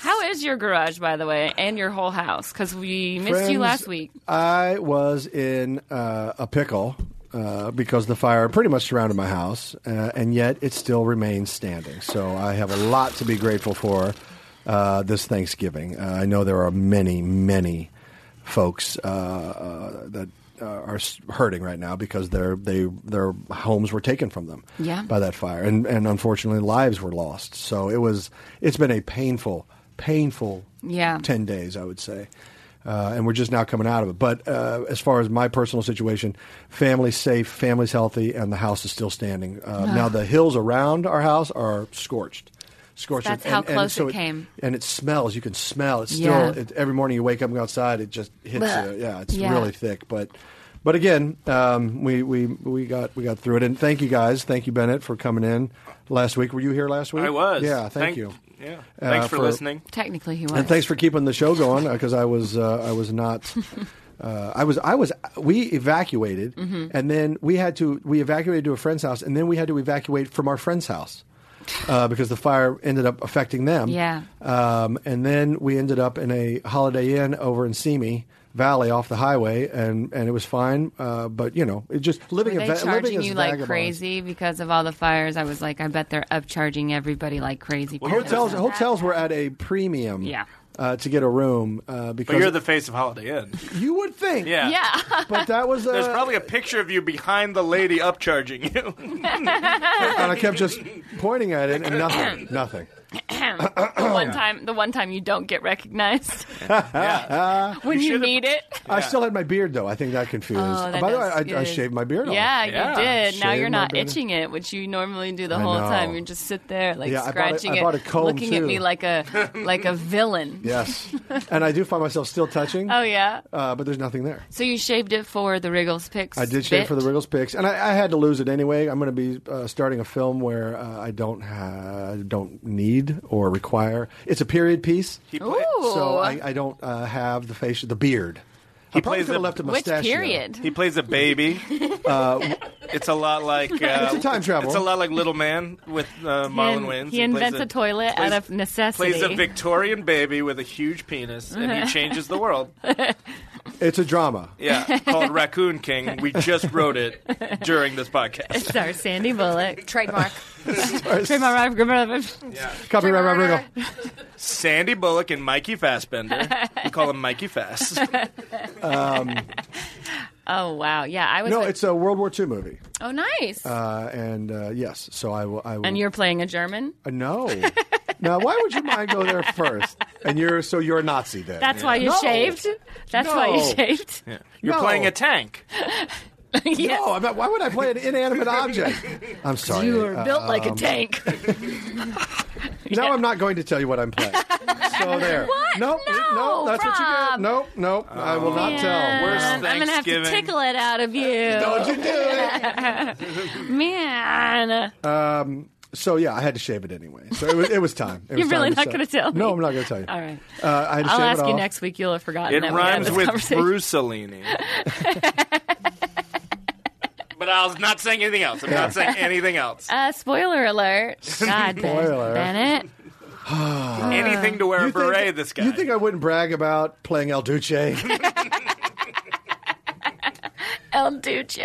How is your garage, by the way, and your whole house? Because we missed Friends, you last week. I was in uh, a pickle uh, because the fire pretty much surrounded my house, uh, and yet it still remains standing. So I have a lot to be grateful for uh, this Thanksgiving. Uh, I know there are many, many folks uh, uh, that uh, are s- hurting right now because their they their homes were taken from them Yeah. by that fire, and and unfortunately lives were lost. So it was it's been a painful, painful Yeah. 10 days, I would say. Uh, and we're just now coming out of it. But uh, as far as my personal situation, family's safe, family's healthy, and the house is still standing. Uh, Now, the hills around our house are scorched. Scorched. That's and, how and close so it came. And it smells. You can smell. It's still, Yeah. it, every morning you wake up and go outside, it just hits Blech. you. Yeah, it's Yeah. really thick. But. But again, um, we, we, we got we got through it, and thank you guys, thank you Bennett for coming in last week. Were you here last week? I was. Yeah, thank, you. Yeah. Uh, Thanks for, for- listening. Technically, he was. And thanks for keeping the show going because I was uh, I was not. Uh, I was I was we evacuated Mm-hmm. and then we had to we evacuated to a friend's house and then we had to evacuate from our friend's house uh, because the fire ended up affecting them. Yeah. Um, and then we ended up in a Holiday Inn over in Simi Valley off the highway and and it was fine. Uh, but you know it just living Were they a va- living charging as you like vagabonds. crazy because of all the fires? I was like, I bet they're upcharging everybody like crazy. Hotels hotels were at a premium. Yeah. uh, to get a room uh, because But you're the face of Holiday Inn. you would think. Yeah. Yeah. But that was uh, There's probably a picture of you behind the lady upcharging you. and I kept just pointing at it and nothing, nothing. the one time, the one time you don't get recognized when you, should've- need it. I still had my beard though. I think that confused. Oh, that By the does- way, I, I it is- shaved my beard. off. Yeah, Yeah. you did. Now Shave you're my not beard. itching it, which you normally do the I whole know. time. You just sit there like Yeah, I bought a- scratching I bought a it, comb, looking at too. me like a like a villain. Yes, and I do find myself still touching. Oh yeah. Uh, but there's nothing there. So you shaved it for the Wriggles picks. I did shave bit? for the Wriggles picks, and I, I had to lose it anyway. I'm going to be uh, starting a film where uh, I don't ha- don't need or require. It's a period piece, Ooh. so I, I don't uh, have the facial, the beard. I He probably plays could the- have left a Which mustache. though. period? He plays a baby. it's a lot like uh, It's a time travel. It's a lot like Little Man with uh, Marlon Wayans. He plays invents a, toilet plays- out of necessity. Plays a Victorian baby with a huge penis, and Uh-huh. he changes the world. It's a drama. Yeah, called Raccoon King. We just wrote it during this podcast. it's our Sandy Bullock. Oh, Trademark. Trademark- Copyright by Wriggle. Sandy Bullock and Mikey Fassbender. We call him Mikey Fass. oh wow, yeah, I was. No, like- it's a World War II movie, oh nice. uh, and uh, yes, so I will. I will and you're playing a German. Uh, no. now, why would your mind go there first? And you're so you're a Nazi then. That's why you No. shaved. That's why you No. shaved. Yeah. You're No. playing a tank. No, I'm not, why would I play an inanimate object? I'm sorry. You were Uh, built like a tank. Now I'm not going to tell you what I'm playing. So there. What? Nope. No, nope, That's what you Rob. Oh, did. Nope. Nope. I will not Man, tell. Worst I'm gonna have to Thanksgiving. tickle it out of you, Don't you do it. man. So yeah, I had to shave it anyway. So it was, it was time. It was You're really time to not gonna say- tell me? No, I'm not going to tell you. All right, Uh, I had to I'll shave ask it you off. next week. You'll have forgotten. It that we had rhymes this with conversation. Brucellini. but I was not saying anything else. I'm not saying anything else. Uh, spoiler alert. God, Ben- Spoiler. Bennett. anything to wear a You think- beret. this guy. You think I wouldn't brag about playing El Duce? El Duce.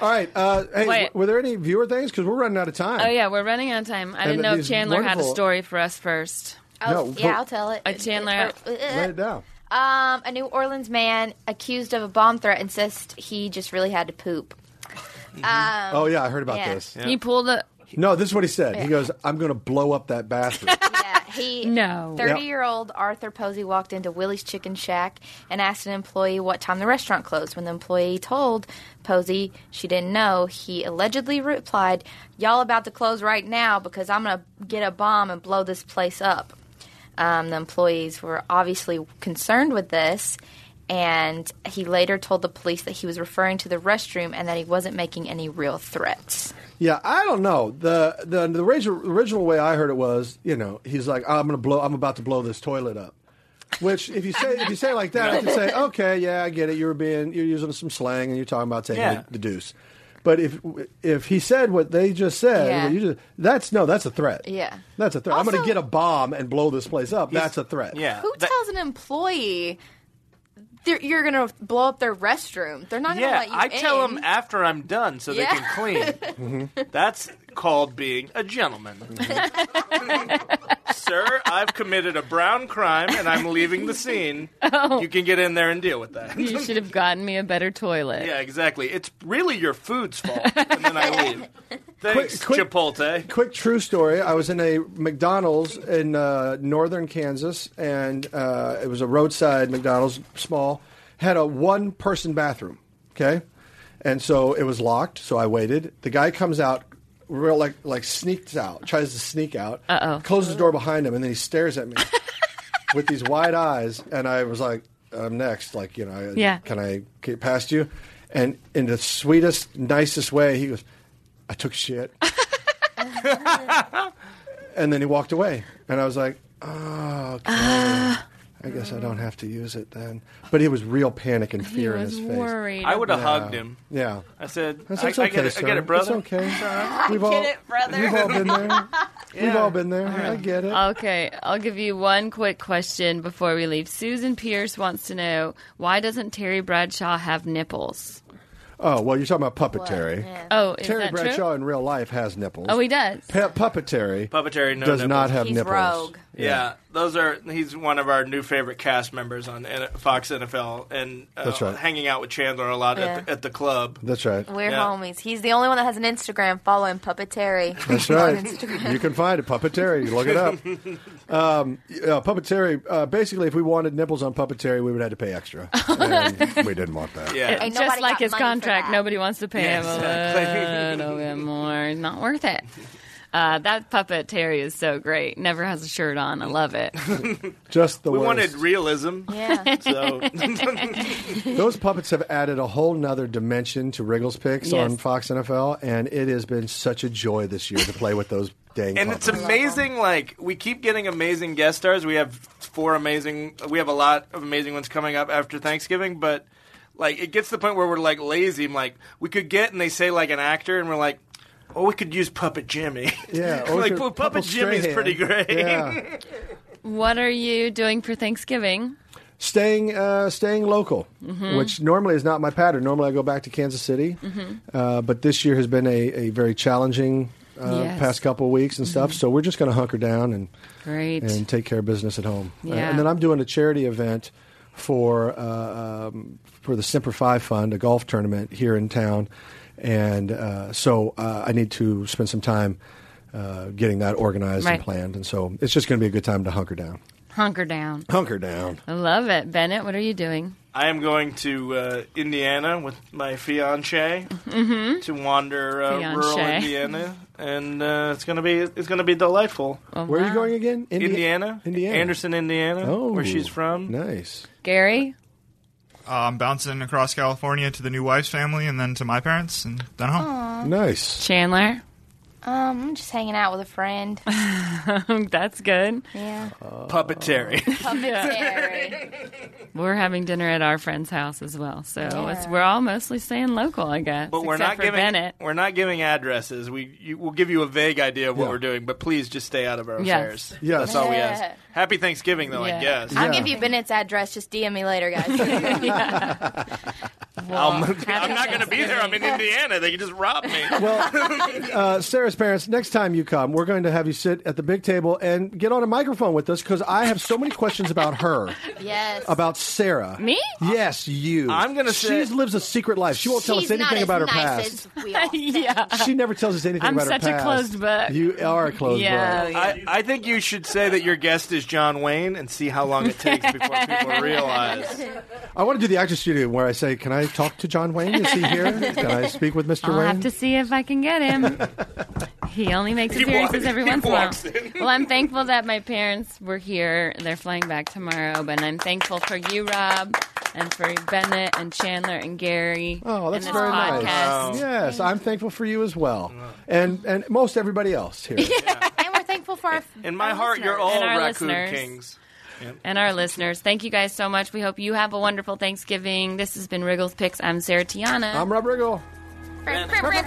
All right. Uh, hey, Wait. were there any viewer things? Because we're running out of time. Oh yeah, we're running out of time. I And didn't know if these Chandler had wonderful- a story for us first. I'll, No, but- Oh, yeah, I'll tell it. Uh, Chandler- Lay it down. Um, a New Orleans man accused of a bomb threat insists he just really had to poop. Oh yeah, I heard about yeah. this. He pulled a. No, this is what he said. He goes, "I'm going to blow up that bathroom." Yeah, he No. thirty-year-old Arthur Posey walked into Willie's Chicken Shack and asked an employee what time the restaurant closed. When the employee told Posey she didn't know, he allegedly replied, "Y'all about to close right now because I'm gonna get a bomb and blow this place up." Um, the employees were obviously concerned with this. And he later told the police that he was referring to the restroom and that he wasn't making any real threats. yeah, I don't know. the the The original, original way I heard it was, you know, he's like, "I'm going to blow. I'm about to blow this toilet up." Which, if you say if you say it like that, I can say, "Okay, yeah, I get it. You're being you're using some slang and you're talking about taking Yeah. the, the deuce." But if if he said what they just said, Yeah. what you just, that's no, that's a threat. Yeah. that's a threat. I'm going to Also- get a bomb and blow this place up. That's a threat. Yeah. Who That- tells an employee they're, you're going to blow up their restroom? They're not going to Yeah, let you I tell in. them after I'm done so Yeah. they can clean. Mm-hmm. That's called being a gentleman. Mm-hmm. Sir, I've committed a brown crime and I'm leaving the scene. Oh. You can get in there and deal with that. You should have gotten me a better toilet. yeah, exactly. It's really your food's fault. And then I leave. Thanks, Quick- quick- Chipotle. quick true story. I was in a McDonald's in uh, northern Kansas, and uh, it was a roadside McDonald's, small, had a one person bathroom. Okay, and so it was locked. So I waited. The guy comes out, real like like sneaks out, tries to sneak out, Uh-oh. closes the door behind him, and then he stares at me with these wide eyes, and I was like, "I'm next." Like you know, I- Yeah. Can I get past you? And in the sweetest, nicest way, he goes, "I took shit." and then he walked away. And I was like, oh, okay. Ah. I guess I don't have to use it then. But it was real panic and He fear in was his face. worried. I would have hugged him. Yeah. I said, That's, I, it's I okay, get it, sir. I get it, brother. It's okay. We've all, brother. We've all been there. We've all been there. I get it. Okay, I'll give you one quick question before we leave. Susan Pierce wants to know why doesn't Terry Bradshaw have nipples? oh, well, you're talking about puppetary. Yeah. Oh, is Terry that Bradshaw true? in real life has nipples. Oh, he does. Pe- puppetary Puppetary, no does nipples. not have He's nipples. rogue. Yeah. Those are he's one of our new favorite cast members on N- Fox NFL, and uh, That's right. hanging out with Chandler a lot at, the, Yeah. at the club. That's right. We're Yeah. homies. He's the only one that has an Instagram. Follow him, Puppet Terry. That's On right. Instagram. You can find it, Puppet Terry. You Look it up. Um, yeah, Puppet Terry. Uh, basically, if we wanted nipples on Puppet Terry, we would have to pay extra, and we didn't want that. Yeah, Ain't Just nobody like got his money for contract, that. nobody wants to pay Yeah, him a little bit more. It's Not worth it. Uh, that puppet Terry is so great. Never has a shirt on. I love it. Just the we worst. wanted realism. Yeah. So Those puppets have added a whole nother dimension to Wriggles Picks Yes. on Fox NFL, and it has been such a joy this year to play with those dang and puppets. it's amazing. Like we keep getting amazing guest stars. We have four amazing. We have a lot of amazing ones coming up after Thanksgiving, but like it gets to the point where we're like lazy. I'm like, we could get and they say like an actor, and we're like, oh, we could use Puppet Jimmy. Yeah, or We're like could- well, Puppet Jimmy's Strahan. pretty great. Yeah. What are you doing for Thanksgiving? staying uh, staying local, which normally is not my pattern. Normally, I go back to Kansas City, uh, but this year has been a, a very challenging uh, Yes. past couple of weeks and stuff. So we're just going to hunker down and Great. and take care of business at home. Yeah. And then I'm doing a charity event for uh, um, for the Semper Fi Fund, a golf tournament here in town, and uh, so uh, I need to spend some time. Uh, getting that organized Right. and planned, and so it's just going to be a good time to hunker down. Hunker down. Hunker down. I love it. Bennett, what are you doing? I am going to uh, Indiana with my fiance Mm-hmm. to wander uh, Fiancé. rural Indiana, and uh, it's gonna be it's gonna be delightful. Oh, Where are wow. you going again? Indi- Indiana, Indiana. Anderson, Indiana, Oh, where she's from. Nice. Gary? I'm um, bouncing across California to the new wife's family and then to my parents and then home. Nice. Chandler? Um, I'm just hanging out with a friend. That's good. Yeah. Puppet Terry. Puppet Terry. We're having dinner at our friend's house as well. So it's, Yeah. we're all mostly staying local, I guess. But we're except not for giving Bennett. we're not giving addresses. We you, we'll give you a vague idea of what Yeah. we're doing, but please just stay out of our Yes. affairs. Yes. that's all we Yeah. ask. Happy Thanksgiving, though. I Yeah. guess. I'll Yeah. give you Bennett's address. Just DM me later, guys. I'm, I'm not going to be there. I'm in Indiana. They can just rob me. Well, uh, Sarah's parents, next time you come, we're going to have you sit at the big table and get on a microphone with us because I have so many questions about her, yes. about Sarah. Me? Yes, you. I'm gonna She say- lives a secret life. She won't tell us She's not anything as about her nice past. as we all think. yeah. She never tells us anything I'm about her such a past. closed book. You are a closed book. Yeah. I, I think you should say that your guest is John Wayne and see how long it takes before people realize. I want to do the actor studio where I say, "Can I talk to John Wayne? Is he here? Can I speak with mister I'll Wayne?" have to see if I can get him. he only makes appearances walks- every he once in a walks while. in. Well, I'm thankful that my parents were here. They're flying back tomorrow, but I'm thankful for you, Rob, and for Bennett and Chandler and Gary. Oh, that's and this very podcast. nice. Yes, I'm thankful for you as well, and and most everybody else here. And we're thankful for our. In my our heart, you're all And our raccoon listeners. kings. and our listeners. Thank you guys so much. We hope you have a wonderful Thanksgiving. This has been Wriggles Picks. I'm Sarah Tiana. I'm Rob Riggle. listeners.